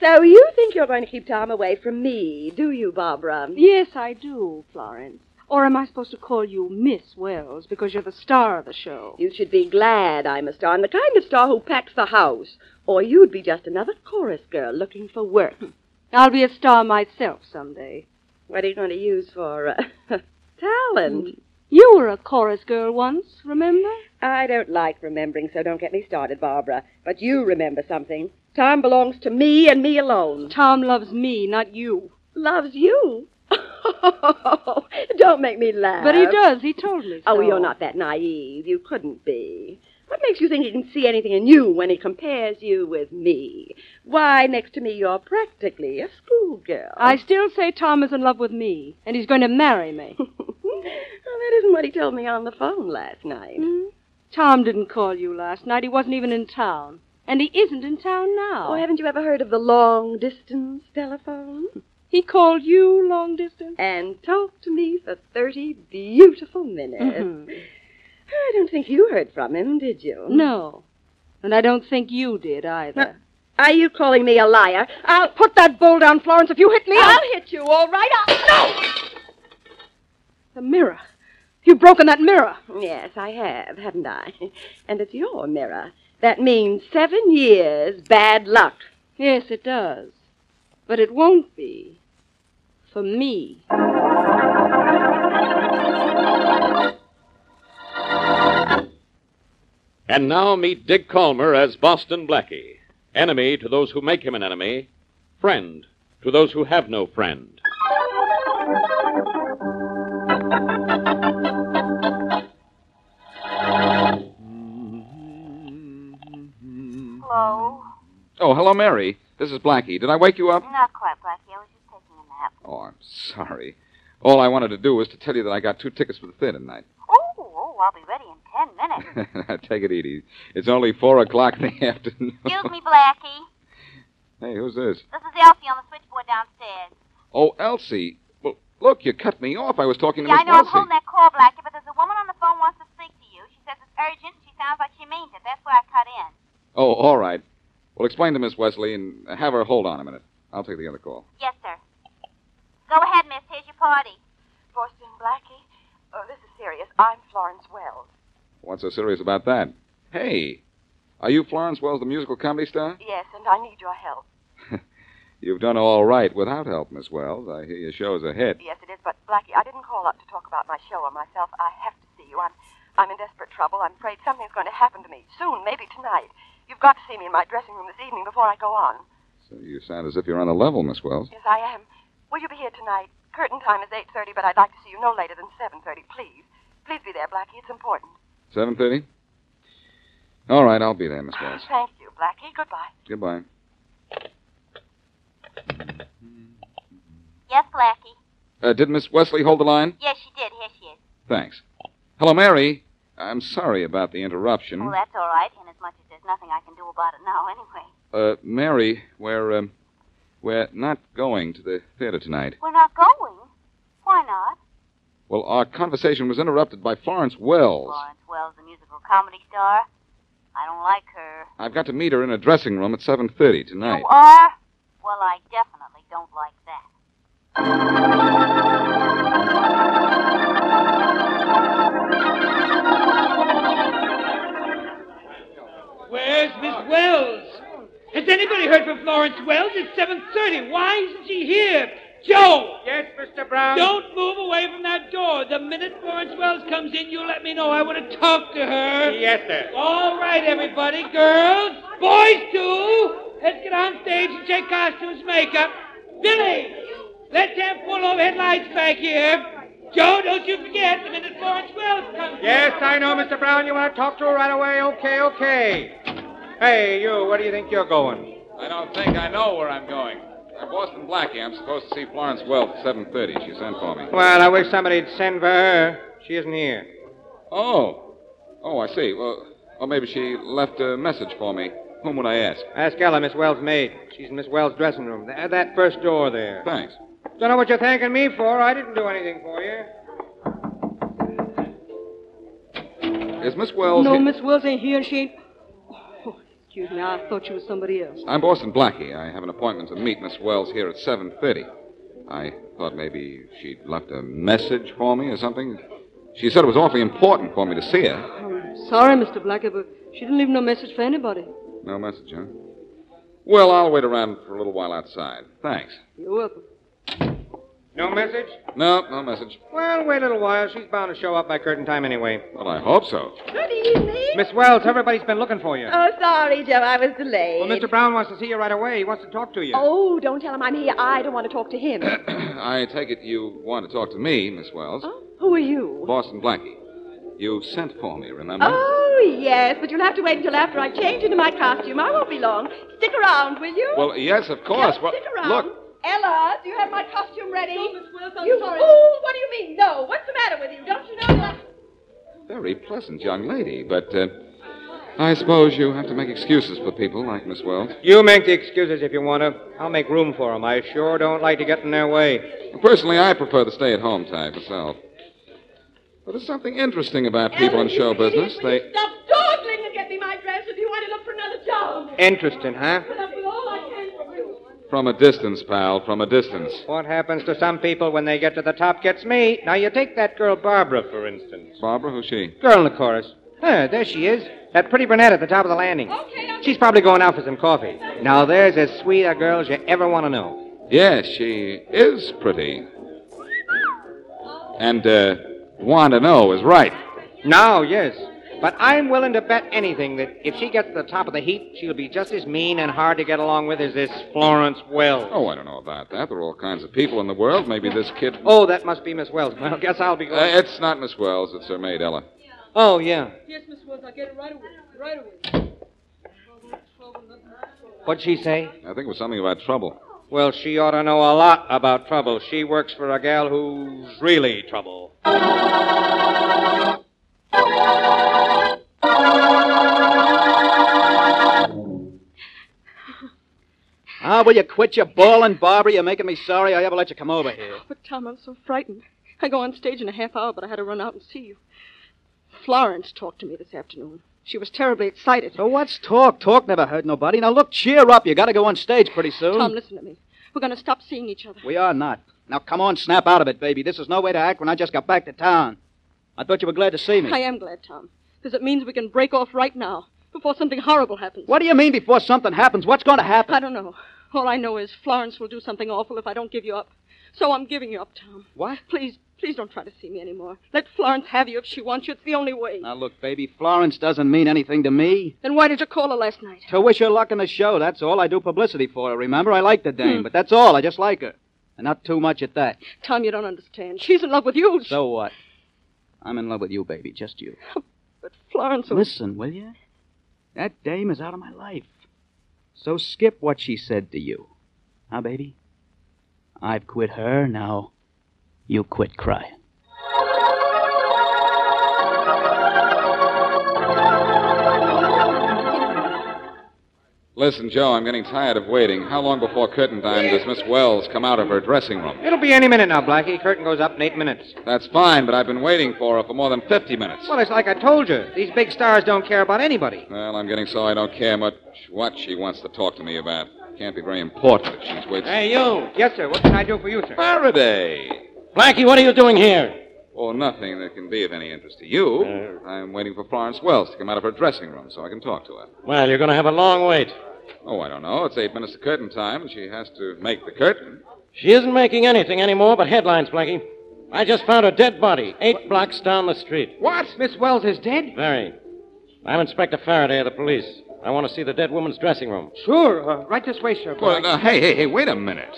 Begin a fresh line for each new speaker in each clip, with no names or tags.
So you think you're going to keep Tom away from me, do you, Barbara?
Yes, I do, Florence. Or am I supposed to call you Miss Wells because you're the star of the show?
You should be glad I'm a star. I'm the kind of star who packs the house. Or you'd be just another chorus girl looking for work.
I'll be a star myself someday.
What are you going to use for uh, talent?
Mm, You were a chorus girl once, remember?
I don't like remembering, so don't get me started, Barbara. But you remember something. Tom belongs to me and me alone.
Tom loves me, not you.
Loves you. don't make me laugh.
But he does. He told me so.
Oh, you're not that naive. You couldn't be. What makes you think he can see anything in you when he compares you with me? Why, next to me, you're practically a schoolgirl.
I still say Tom is in love with me, and he's going to marry me.
well, that isn't what he told me on the phone last night.
Hmm? Tom didn't call you last night. He wasn't even in town. And he isn't in town now.
Oh, haven't you ever heard of the long distance telephone?
he called you long distance?
And talked to me for 30 beautiful minutes.
Mhm.
I don't think you heard from him, did you?
No. And I don't think you did either.
Are you calling me a liar? I'll put that bowl down, Florence. If you hit me, I'll, hit you, all right? I'll...
The mirror. You've broken that mirror.
No! Yes, I have, haven't I? And it's your mirror. That means seven years bad luck.
Yes, it does. But it won't be. For me.
And now meet Dick Calmer as Boston Blackie, enemy to those who make him an enemy, friend to those who have no friend.
Hello?
Oh, hello, Mary. This is Blackie. Did I wake you up?
Not quite, Blackie. I was just taking a nap.
Oh, I'm sorry. All I wanted to do was to tell you that I got two tickets for the theater tonight.
Oh, oh, I'll be ready in ten minutes.
Take it easy. It's only four o'clock in the afternoon.
Excuse me, Blackie.
Hey, who's this?
This is Elsie on the switchboard downstairs.
Oh, Elsie. Well, look, you cut me off. I was talking to
Yeah, I
Miss
know I'm
Elsie.
holding that call, Blackie, but there's a woman on the phone wants to speak to you. She says it's urgent. She sounds like she means it. That's why I cut in.
Oh, all right. Well, explain to Miss Wesley and have her hold on a minute. I'll take the other call.
Yes, sir. Go ahead, miss. Here's your party.
Boston Blackie? Oh, this is serious. I'm Florence Wells.
What's so serious about that? Hey, are you Florence Wells, the musical comedy star?
Yes, and I need your help.
You've done all right without help, Miss Wells. I hear your show's a hit.
Yes, it is, but Blackie, I didn't call up to talk about my show or myself. I have to see you. I'm, I'm in desperate trouble. I'm afraid something's going to happen to me soon, maybe tonight. You've got to see me in my dressing room this evening before I go on.
So you sound as if you're on a level, Miss Wells.
Yes, I am. Will you be here tonight? Curtain time is 8.30, but I'd like to see you no later than 7.30, please. Please be there, Blackie. It's important.
Seven thirty. All right, I'll be there, Miss Wells.
Thank you, Blackie. Goodbye.
Goodbye.
Yes, Blackie.
Uh, did Miss Wesley hold the line?
Yes, she did. Here she is.
Thanks. Hello, Mary. I'm sorry about the interruption.
Well, that's all right, inasmuch as there's nothing I can do about it now, anyway.
Uh, Mary, we're um, we're not going to the theater tonight.
We're not going. Why not?
Well, our conversation was interrupted by Florence Wells.
Florence Wells, the musical comedy star. I don't like her.
I've got to meet her in a dressing room at seven thirty tonight.
You are? Well, I definitely don't like that.
anybody heard from Florence Wells? It's 7.30. Why isn't she here? Joe!
Yes, Mr. Brown?
Don't move away from that door. The minute Florence Wells comes in, you let me know. I want to talk to her.
Yes, sir.
All right, everybody. Girls, boys, too. Let's get on stage and check costumes, makeup. Billy, let's have full overhead lights back here. Joe, don't you forget the minute Florence Wells comes in.
Yes, I know, Mr. Brown. You want to talk to her right away? Okay, okay. Hey, you, where do you think you're going?
I don't think I know where I'm going. I'm Boston Blackie. I'm supposed to see Florence Wells at 7.30. She sent for me.
Well, I wish somebody'd send for her. She isn't here.
Oh. Oh, I see. Well, well, maybe she left a message for me. Whom would I ask?
Ask Ella, Miss Wells' maid. She's in Miss Wells' dressing room. Th- that first door there.
Thanks.
Don't know what you're thanking me for. I didn't do anything for you.
Is Miss Wells
No,
here?
Miss Wells ain't here. She ain't. Oh, excuse me. I thought you was somebody else.
I'm Boston Blackie. I have an appointment to meet Miss Wells here at 7.30. I thought maybe she'd left a message for me or something. She said it was awfully important for me to see her.
I'm sorry, Mr. Blackett, but she didn't leave no message for anybody.
No message, huh? Well, I'll wait around for a little while outside. Thanks.
You're welcome.
No message?
No, no message.
Well, wait a little while. She's bound to show up by curtain time anyway.
Well, I hope so.
Good evening.
Miss Wells, everybody's been looking for you.
Oh, sorry, Joe. I was delayed.
Well, Mr. Brown wants to see you right away. He wants to talk to you.
Oh, don't tell him I'm here. I don't want to talk to him.
I take it you want to talk to me, Miss Wells.
Oh, who are you?
Boston Blackie. You sent for me, remember?
Oh, yes, but you'll have to wait until after I change into my costume. I won't be long. Stick around, will you?
Well, yes, of course.
Just
well,
stick around.
look,
Ella, do you have my costume ready?
No, Miss Wills, I'm
you,
sorry.
Oh, what do you mean, no? What's the matter with you? Don't you know that?
very pleasant young lady, but uh, I suppose you have to make excuses for people like Miss Wells.
You make the excuses if you want to. I'll make room for 'em. I sure don't like to get in their way.
Personally, I prefer the stay-at-home type myself. But there's something interesting about people
Ella,
in
you
show
idiot,
business.
will you
They
Stop dawdling and get me my dress if you want to look for another job.
Interesting, huh?
Put up with all I can from you.
from a distance, pal, from a distance.
What happens to some people when they get to the top gets me. Now, you take that girl, Barbara, for instance.
Barbara, who's she?
Girl in the chorus. Ah, there she is. That pretty brunette at the top of the landing.
Okay, okay.
She's probably going out for some coffee. Now, there's as sweet a girl as you ever want to know.
Yes, she is pretty. And uh, want to know is right.
Now, yes. But I'm willing to bet anything that if she gets to the top of the heap, she'll be just as mean and hard to get along with as this Florence Wells.
Oh, I don't know about that. There are all kinds of people in the world. Maybe this kid.
Oh, that must be Miss Wells. Well, guess I'll be
Uh,
going.
it's not Miss Wells. It's her maid, Ella.
oh, yeah.
Yes, Miss Wells. I'll get it right away. Right away.
What'd she say?
I think it was something about trouble.
Well, she ought to know a lot about trouble. She works for a gal who's really trouble.
Ah, will you quit your bawling, Barbara? You're making me sorry I ever let you come over here.
But, Tom, I'm so frightened. I go on stage in a half hour, but I had to run out and see you. Florence talked to me this afternoon. She was terribly excited.
So Oh, what's talk? Talk never hurt nobody. Now look, cheer up. You gotta go on stage pretty soon.
Tom, listen to me. We're going to stop seeing each other.
We are not. Now come on, snap out of it, baby. This is no way to act when I just got back to town. I thought you were glad to see me.
I am glad, Tom, because it means we can break off right now before something horrible happens.
What do you mean before something happens? What's gonna happen?
I don't know. All I know is Florence will do something awful if I don't give you up. So I'm giving you up, Tom.
What?
Please, please don't try to see me anymore. Let Florence have you if she wants you. It's the only way.
Now look, baby, Florence doesn't mean anything to me.
Then why did you call her last night?
To wish her luck in the show, that's all. I do publicity for her, remember? I like the
Hmm.
dame, but that's all. I just like her. And not too much at that.
Tom, you don't understand. She's in love with you.
So what? I'm in love with you, baby, just you.
But Florence will...
Listen, will you? That dame is out of my life. So skip what she said to you. Huh, baby? I've quit her, now you quit crying.
Listen, Joe, I'm getting tired of waiting. How long before curtain time does Miss Wells come out of her dressing room?
It'll be any minute now, Blackie. Curtain goes up in eight minutes.
That's fine, but I've been waiting for her for more than 50 minutes.
Well, it's like I told you. These big stars don't care about anybody.
Well, I'm getting so I don't care much what she wants to talk to me about. Can't be very important if she's waiting.
Hey, you.
Yes, sir. What can I do for you, sir?
Faraday!
Blackie, what are you doing here? Uh.
Oh, nothing that can be of any interest to you. I'm waiting for Florence Wells to come out of her dressing room so I can talk to her.
Well, you're going to have a long wait.
Oh, I don't know. It's eight minutes to curtain time, and she has to make the curtain.
She isn't making anything anymore but headlines, Blackie. I just found a dead body, eight blocks down the street.
What? Miss Wells is dead?
Very. I'm Inspector Faraday of the police. I want to see the dead woman's dressing room.
Sure. Uh, right this way, sir.
Well, now, hey, hey, hey, wait a minute.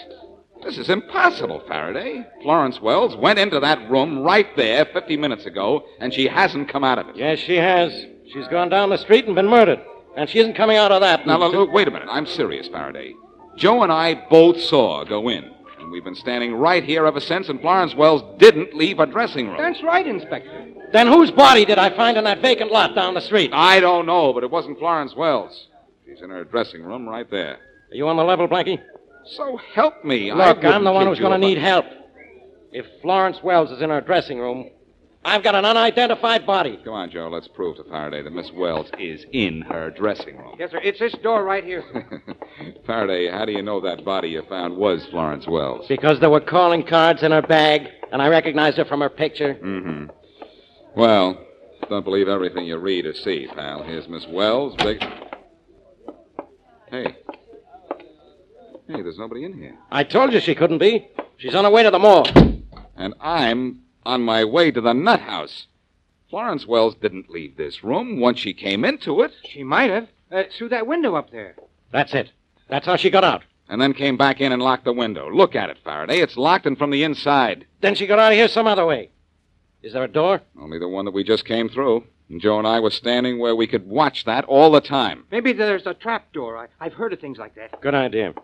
This is impossible, Faraday. Florence Wells went into that room right there 50 minutes ago, and she hasn't come out of it.
Yes, she has. She's gone down the street and been murdered. And she isn't coming out of that.
Now, look, wait a minute. I'm serious, Faraday. Joe and I both saw her go in, and we've been standing right here ever since, and Florence Wells didn't leave her dressing room.
That's right, Inspector.
Then whose body did I find in that vacant lot down the street?
I don't know, but it wasn't Florence Wells. She's in her dressing room right there.
Are you on the level, Blackie?
So help me. I
Look, I'm the
wouldn't
one
kid
who's
you
going to
about
need help. If Florence Wells is in her dressing room, I've got an unidentified body.
Come on, Joe. Let's prove to Faraday that Miss Wells is in her dressing room.
Yes, sir. It's this door right here. sir.
Faraday, how do you know that body you found was Florence Wells?
Because there were calling cards in her bag, and I recognized her from her picture.
Mm-hmm. Well, don't believe everything you read or see, pal. Here's Miss Wells. Big... Hey. Hey, there's nobody in here.
I told you she couldn't be. She's on her way to the mall.
And I'm on my way to the nut house. Florence Wells didn't leave this room once she came into it.
She might have. Uh, through that window up there.
That's it. That's how she got out.
And then came back in and locked the window. Look at it, Faraday. It's locked and from the inside.
Then she got out of here some other way. Is there a door?
Only the one that we just came through. And Joe and I were standing where we could watch that all the time.
Maybe there's a trap door. I, I've heard of things like that.
Good idea.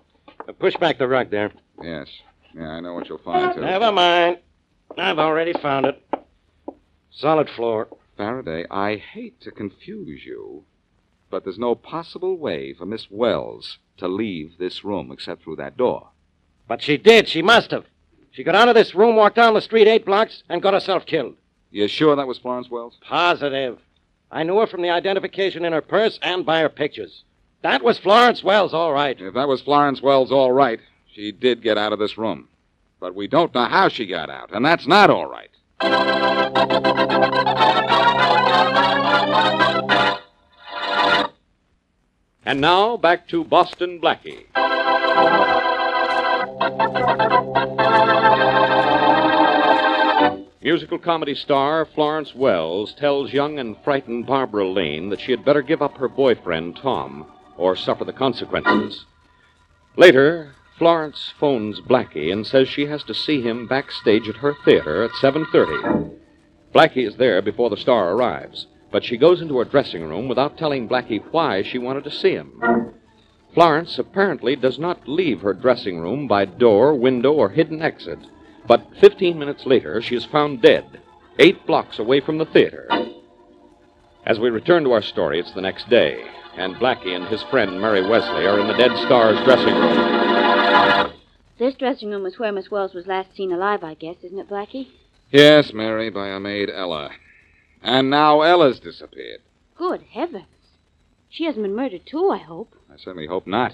Uh, Push back the rug there.
Yes. Yeah, I know what you'll find, too.
Never mind. I've already found it. Solid floor.
Faraday, I hate to confuse you, but there's no possible way for Miss Wells to leave this room except through that door.
But she did. She must have. She got out of this room, walked down the street eight blocks, and got herself killed.
You sure that was Florence Wells?
Positive. I knew her from the identification in her purse and by her pictures. That was Florence Wells, all right.
If that was Florence Wells, all right. She did get out of this room. But we don't know how she got out, and that's not all right.
And now back to Boston Blackie. Musical comedy star Florence Wells tells young and frightened Barbara Lane that she had better give up her boyfriend, Tom, or suffer the consequences. Later, Florence phones Blackie and says she has to see him backstage at her theater at 7:30. Blackie is there before the star arrives, but she goes into her dressing room without telling Blackie why she wanted to see him. Florence apparently does not leave her dressing room by door, window, or hidden exit, but 15 minutes later she is found dead, eight blocks away from the theater. As we return to our story, it's the next day, and Blackie and his friend Mary Wesley are in the dead star's dressing room.
This dressing room was where Miss Wells was last seen alive, I guess, isn't it, Blackie?
Yes, Mary, by our maid Ella. And now Ella's disappeared.
Good heavens. She hasn't been murdered, too, I hope.
I certainly hope not.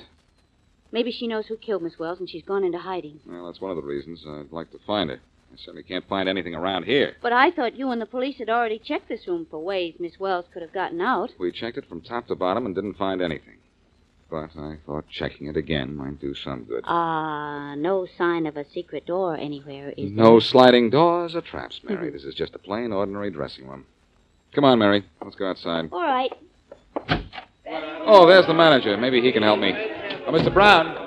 Maybe she knows who killed Miss Wells and she's gone into hiding.
Well, that's one of the reasons I'd like to find her. I certainly can't find anything around here.
But I thought you and the police had already checked this room for ways Miss Wells could have gotten out.
We checked it from top to bottom and didn't find anything. But I thought checking it again might do some good.
Ah, no sign of a secret door anywhere, is
No sliding doors or traps, Mary. this is just a plain, ordinary dressing room. Mm-hmm. Come on, Mary. Let's go outside.
there? All right.
Oh, there's the manager. Maybe he can help me. Oh, Mr. Brown.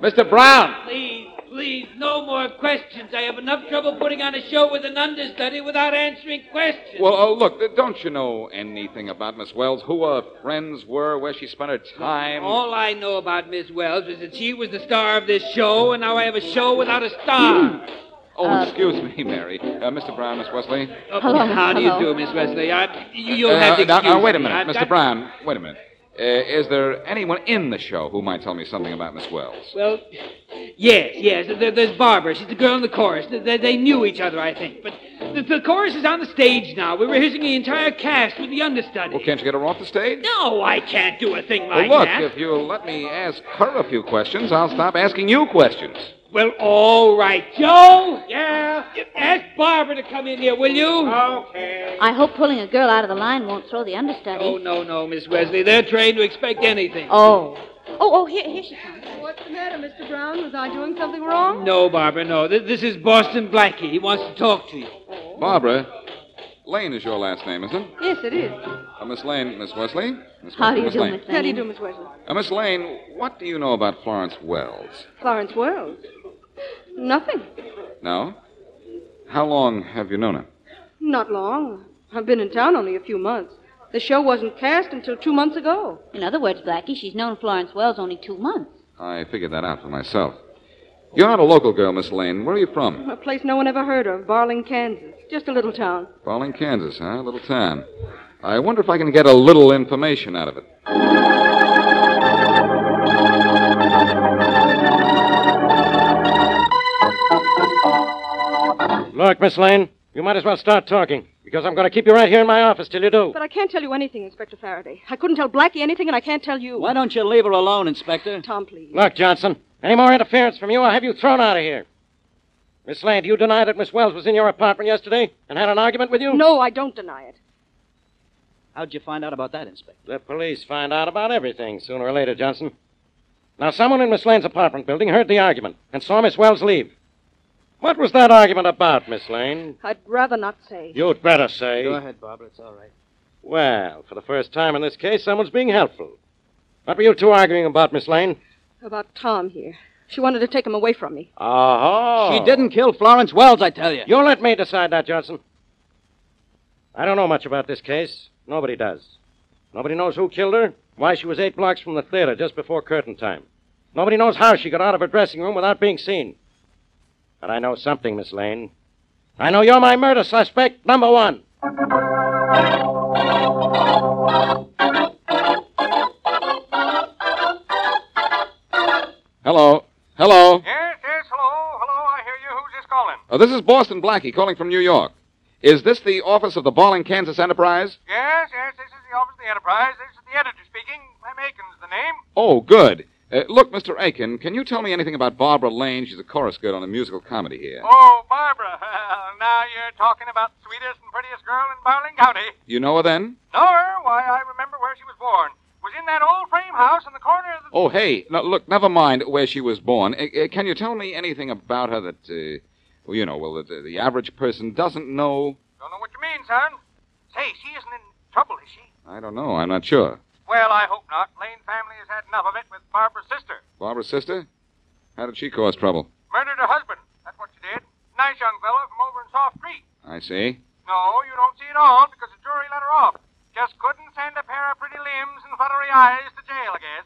Mr. Brown!
Please, please, no more questions. I have enough trouble putting on a show with an understudy without answering questions.
Well, oh, look, uh, don't you know anything about Miss Wells? Who her friends were, where she spent her time?
All I know about Miss Wells is that she was the star of this show, and now I have a show without a star.
Oh, excuse me, Mary. Uh, Mr. Brown, Miss Wesley.
Uh, How do you do, Miss Wesley? I, you, you'll
Uh,
have to
now,
excuse
now, wait a
me.
minute,
I've
Mr.
got-
Brown. Wait a minute. Uh, is there anyone in the show who might tell me something about Miss Wells?
Well, yes, yes. There, there's Barbara. She's the girl in the chorus. They, they knew each other, I think. But the, the chorus is on the stage now. We're rehearsing the entire cast with the understudy.
Well, can't you get her off the stage?
No, I can't do a thing
Well,
like
look,
that.
if you'll let me ask her a few questions, I'll stop asking you questions.
Well, all right. Joe? Yeah? Ask Barbara to come in here, will you? Okay.
I hope pulling a girl out of the line won't throw the understudy.
Oh, no, no, Miss Wesley. They're trained to expect anything.
Oh. Oh, oh, here, here she comes.
What's the matter, Mr. Brown? Was I doing something wrong?
No, Barbara, no. Th- This is Boston Blackie. He wants to talk to you.
Barbara, Lane is your last name, isn't it?
Yes, it is.
Uh, Miss Lane, Miss Wesley? Miss
How do
Wesley,
you
Miss
do,
Lane.
Miss Lane? How do you do, Miss Wesley?
Uh, Miss Lane, what do you know about Florence Wells?
Florence Wells. Nothing.
No? How long have you known her?
Not long. I've been in town only a few months. The show wasn't cast until two months ago.
In other words, Blackie, she's known Florence Wells only two months.
I figured that out for myself. You're not a local girl, Miss Lane. Where are you from?
A place no one ever heard of, Barling, Kansas. Just a little town.
Falling, Kansas, huh? A little town. I wonder if I can get a little information out of it.
Look, Miss Lane, you might as well start talking, because I'm going to keep you right here in my office till you
Oh.
do.
But I can't tell you anything, Inspector Faraday. I couldn't tell Blackie anything, and I can't tell you. Why
don't you leave her alone, Inspector?
Tom, please.
Look, Johnson, any more interference from you, I'll have you thrown out of here. Miss Lane, do you deny that Miss Wells was in your apartment yesterday and had an argument with you?
No, I don't deny it.
How'd you find out about that, Inspector?
The police find out about everything sooner or later, Johnson. Now, someone in Miss Lane's apartment building heard the argument and saw Miss Wells leave. What was that argument about, Miss Lane?
I'd rather not say.
You'd better say.
Go ahead, Barbara. It's all right.
Well, for the first time in this case, someone's being helpful. What were you two arguing about, Miss Lane?
About Tom here. She wanted to take him away from me.
Oh.
She didn't kill Florence Wells, I tell you.
You let me decide that, Johnson. I don't know much about this case. Nobody does. Nobody knows who killed her, why she was eight blocks from the theater just before curtain time. Nobody knows how she got out of her dressing room without being seen. But I know something, Miss Lane. I know you're my murder suspect number one.
Hello? Hello?
Yes, yes, hello, hello, I hear you. Who's this calling?
Uh, this is Boston Blackie calling from New York. Is this the office of the Balling, Kansas Enterprise?
Yes, yes, this is the office of the Enterprise. This is the editor speaking. Clem Aiken's the name.
Oh, good. Uh, look, Mr. Aiken, can you tell me anything about Barbara Lane? She's a chorus girl on a musical comedy here.
Oh, Barbara, now you're talking about the sweetest and prettiest girl in Barling County.
You know her then?
Know her? Why, I remember where she was born. Was in that old frame house in the corner of the...
Oh, hey, no, look, never mind where she was born. Uh, uh, can you tell me anything about her that, uh, well, you know, well, that uh, the average person doesn't know?
Don't know what you mean, son. Say, she isn't in trouble, is she?
I don't know. I'm not sure.
Well, I hope not. Lane family has had enough of it with Barbara's sister.
Barbara's sister? How did she cause trouble?
Murdered her husband. That's what she did. Nice young fellow from over in Soft Creek.
I see.
No, you don't see it all because the jury let her off. Just couldn't send a pair of pretty limbs and fluttery eyes to jail, I guess.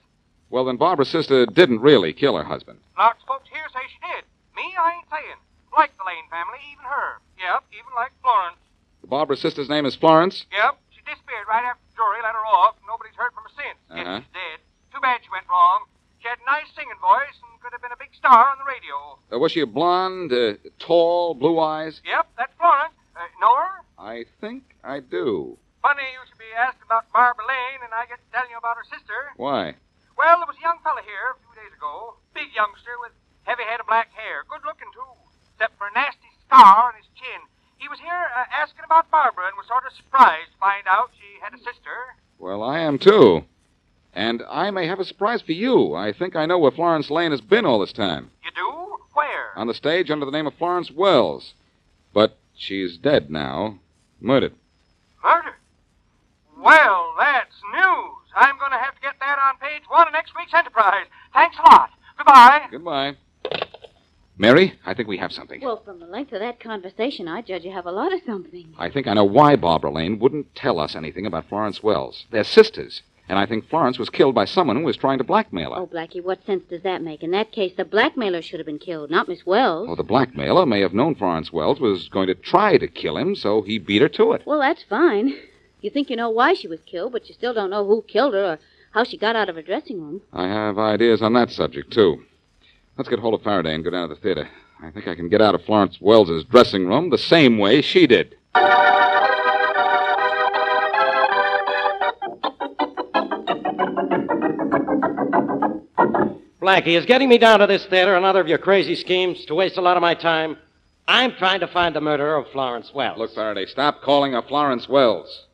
Well, then Barbara's sister didn't really kill her husband.
Lots of folks here say she did. Me, I ain't saying. Like the Lane family, even her. Yep, even like Florence.
Barbara's sister's name is Florence?
Yep, she disappeared right after the jury let her off. Nobody's heard from her since.
Uh-huh.
Dead. Too bad she went wrong. She had a nice singing voice and could have been a big star on the radio.
Uh, was she a blonde, uh, tall, blue eyes?
Yep, that's Florence. Uh, know her?
I think I do.
Funny you should be asked about Barbara Lane and I get to tell you about her sister.
Why?
Well, there was a young fella here a few days ago. Big youngster with heavy head of black hair. Good looking, too, except for a nasty scar on his chin. He was here uh, asking about Barbara and was sort of surprised to find out she had a sister.
Well, I am too. And I may have a surprise for you. I think I know where Florence Lane has been all this time.
You do? Where?
On the stage under the name of Florence Wells. But she's dead now. Murdered.
Murder. Well, that's news. I'm going to have to get that on page one of next week's Enterprise. Thanks a lot. Goodbye.
Goodbye. Mary, I think we have something.
Well, from the length of that conversation, I judge you have a lot of something.
I think I know why Barbara Lane wouldn't tell us anything about Florence Wells. They're sisters. And I think Florence was killed by someone who was trying to blackmail her.
Oh, Blackie, what sense does that make? In that case, the blackmailer should have been killed, not Miss Wells.
Well, the blackmailer may have known Florence Wells was going to try to kill him, so he beat her to it.
Well, that's fine. You think you know why she was killed, but you still don't know who killed her or how she got out of her dressing room.
I have ideas on that subject, too. Let's get hold of Faraday and go down to the theater. I think I can get out of Florence Wells's dressing room the same way she did.
Blackie, is getting me down to this theater another of your crazy schemes to waste a lot of my time? I'm trying to find the murderer of Florence Wells.
Look, Faraday, stop calling her Florence Wells.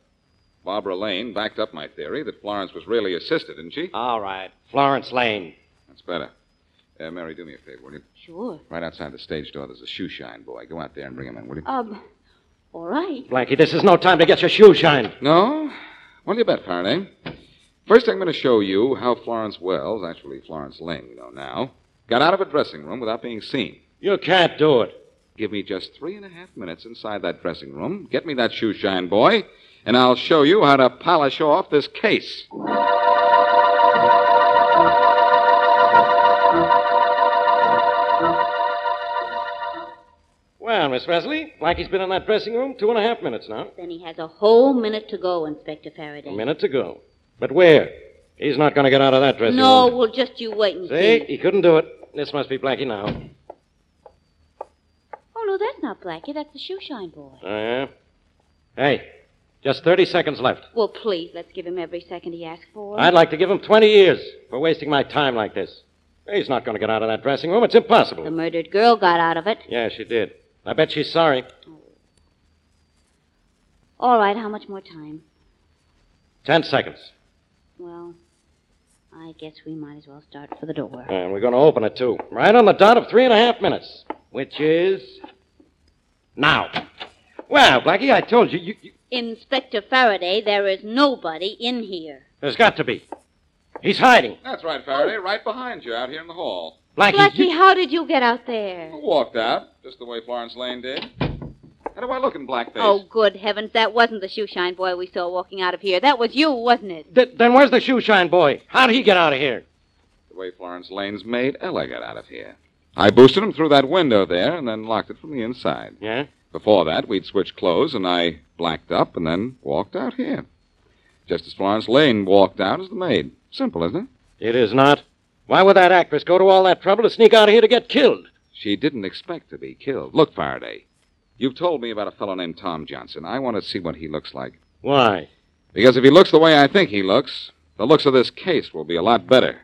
Barbara Lane backed up my theory that Florence was really assisted, didn't she?
All right. Florence Lane.
That's better. Uh, Mary, do me a favor, will you?
Sure.
Right outside the stage door, there's a shoe shine boy. Go out there and bring him in, will you?
Um, all right.
Blackie, this is no time to get your shoe shined.
No? Well, you bet, Faraday. First, I'm going to show you how Florence Wells, actually Florence Lane, we know now, got out of a dressing room without being seen.
You can't do it.
Give me just three and a half minutes inside that dressing room. Get me that shoe shine boy, and I'll show you how to polish off this case.
Well, Miss Wesley, Blackie's been in that dressing room two and a half minutes now.
Then he has a whole minute to go, Inspector Faraday.
A minute to go. But where? He's not going to get out of that dressing
no,
room.
well, just you wait and
See, he couldn't do it. This must be Blackie now.
Oh, no, that's not Blackie. That's the shoeshine boy.
Oh, yeah? Hey, just 30 seconds left.
Well, please, let's give him every second he asks for.
I'd like to give him 20 years for wasting my time like this. He's not going to get out of that dressing room. It's
The
impossible.
murdered girl got out of it.
Yeah, she did. I bet she's sorry.
All right, how much more time?
Ten seconds.
Well, I guess we might as well start for the door.
And we're going to open it, too. Right on the dot of three and a half minutes, which is. now. Well, Blackie, I told you, you, you-
Inspector Faraday, there is nobody in here.
there's got to be. He's hiding.
That's right, Faraday, right behind you out here in the hall.
Blackie, you-
Blackie, how did you get out there?
Walked out, just the way Florence Lane did. How do I look in blackface?
Oh, good heavens, that wasn't the shoeshine boy we saw walking out of here. That was you, wasn't it?
Th- then where's the shoe shine boy? How'd he get out of here?
The way Florence Lane's maid Ella got out of here. I boosted him through that window there and then locked it from the inside.
Yeah?
Before that, we'd switched clothes and I blacked up and then walked out here. Just as Florence Lane walked out as the maid. Simple, isn't it?
It is not. Why would that actress go to all that trouble to sneak out of here to get killed?
She didn't expect to be killed. Look, Faraday, you've told me about a fellow named Tom Johnson. I want to see what he looks like.
Why?
Because if he looks the way I think he looks, the looks of this case will be a lot better.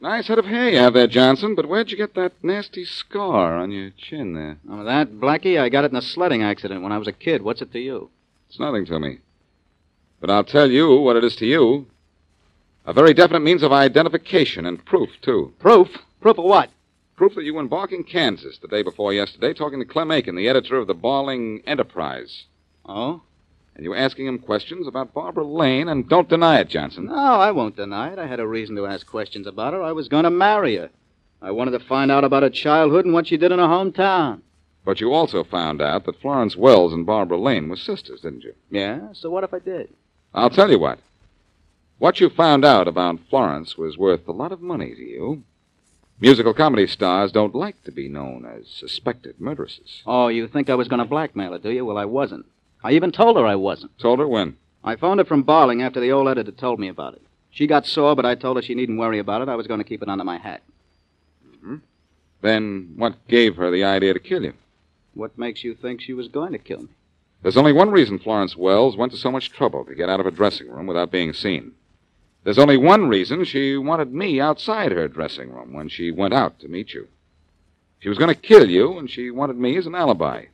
Nice head of hair you have there, Johnson, but where'd you get that nasty scar on your chin there?
Oh, that, Blackie, I got it in a sledding accident when I was a kid. What's it to you?
It's nothing to me. But I'll tell you what it is to you. A very definite means of identification and proof, too.
Proof? Proof of what?
Proof that you were in Barking, Kansas, the day before yesterday, talking to Clem Aiken, the editor of the Barling Enterprise.
Oh?
And you were asking him questions about Barbara Lane, and don't deny it, Johnson.
No, I won't deny it. I had a reason to ask questions about her. I was going to marry her. I wanted to find out about her childhood and what she did in her hometown.
But you also found out that Florence Wells and Barbara Lane were sisters, didn't you?
Yeah? So what if I did?
I'll tell you what. What you found out about Florence was worth a lot of money to you. Musical comedy stars don't like to be known as suspected murderesses.
Oh, you think I was going to blackmail her, do you? Well, I wasn't. I even told her I wasn't.
Told her when?
I phoned her from Barling after the old editor told me about it. She got sore, but I told her she needn't worry about it. I was going to keep it under my hat.
Then what gave her the idea to kill you?
What makes you think she was going to kill me?
There's only one reason Florence Wells went to so much trouble to get out of a dressing room without being seen. There's only one reason she wanted me outside her dressing room when she went out to meet you. She was going to kill you, and she wanted me as an alibi.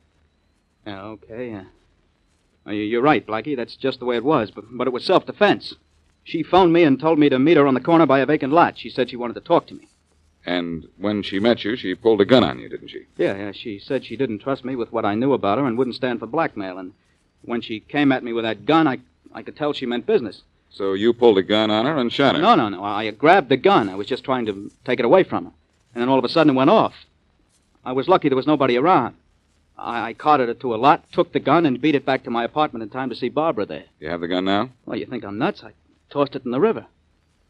Yeah, okay, yeah. Uh, you- You're right, Blackie. That's just the way it was, but, but it was self defense. She phoned me and told me to meet her on the corner by a vacant lot. She said she wanted to talk to me.
And when she met you, she pulled a gun on you, didn't she?
Yeah, yeah, she said she didn't trust me with what I knew about her and wouldn't stand for blackmail. And when she came at me with that gun, I, I could tell she meant business.
So you pulled a gun on her and shot her.
No, no, no. I grabbed the gun. I was just trying to take it away from her. And then all of a sudden it went off. I was lucky there was nobody around. I, I carted it to a lot, took the gun, and beat it back to my apartment in time to see Barbara there.
You have the gun now?
Well, you think I'm nuts? I tossed it in the river.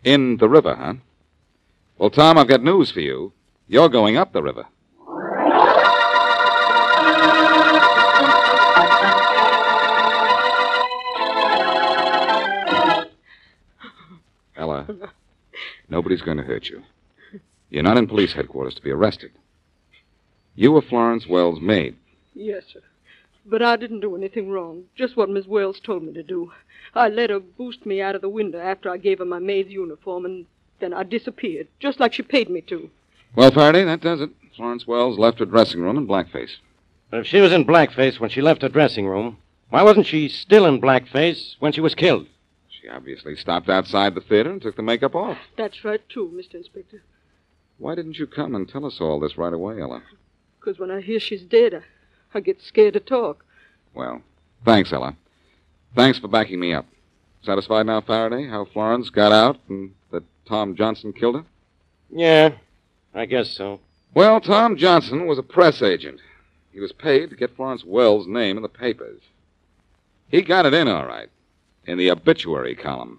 In the river, huh? Well, Tom, I've got news for you. You're going up the river. Ella, nobody's going to hurt you. You're not in police headquarters to be arrested. You were Florence Wells' maid.
Yes, sir. But I didn't do anything wrong. Just what Miss Wells told me to do. I let her boost me out of the window after I gave her my maid's uniform, and then I disappeared, just like she paid me to.
Well, Faraday, that does it. Florence Wells left her dressing room in blackface.
But if she was in blackface when she left her dressing room, why wasn't she still in blackface when she was killed?
She obviously stopped outside the theater and took the makeup off.
That's right, too, Mr. Inspector.
Why didn't you come and tell us all this right away, Ella?
Because when I hear she's dead, I, I get scared to talk.
Well, thanks, Ella. Thanks for backing me up. Satisfied now, Faraday, how Florence got out and that Tom Johnson killed her?
Yeah, I guess so.
Well, Tom Johnson was a press agent. He was paid to get Florence Wells' name in the papers. He got it in all right, in the obituary column.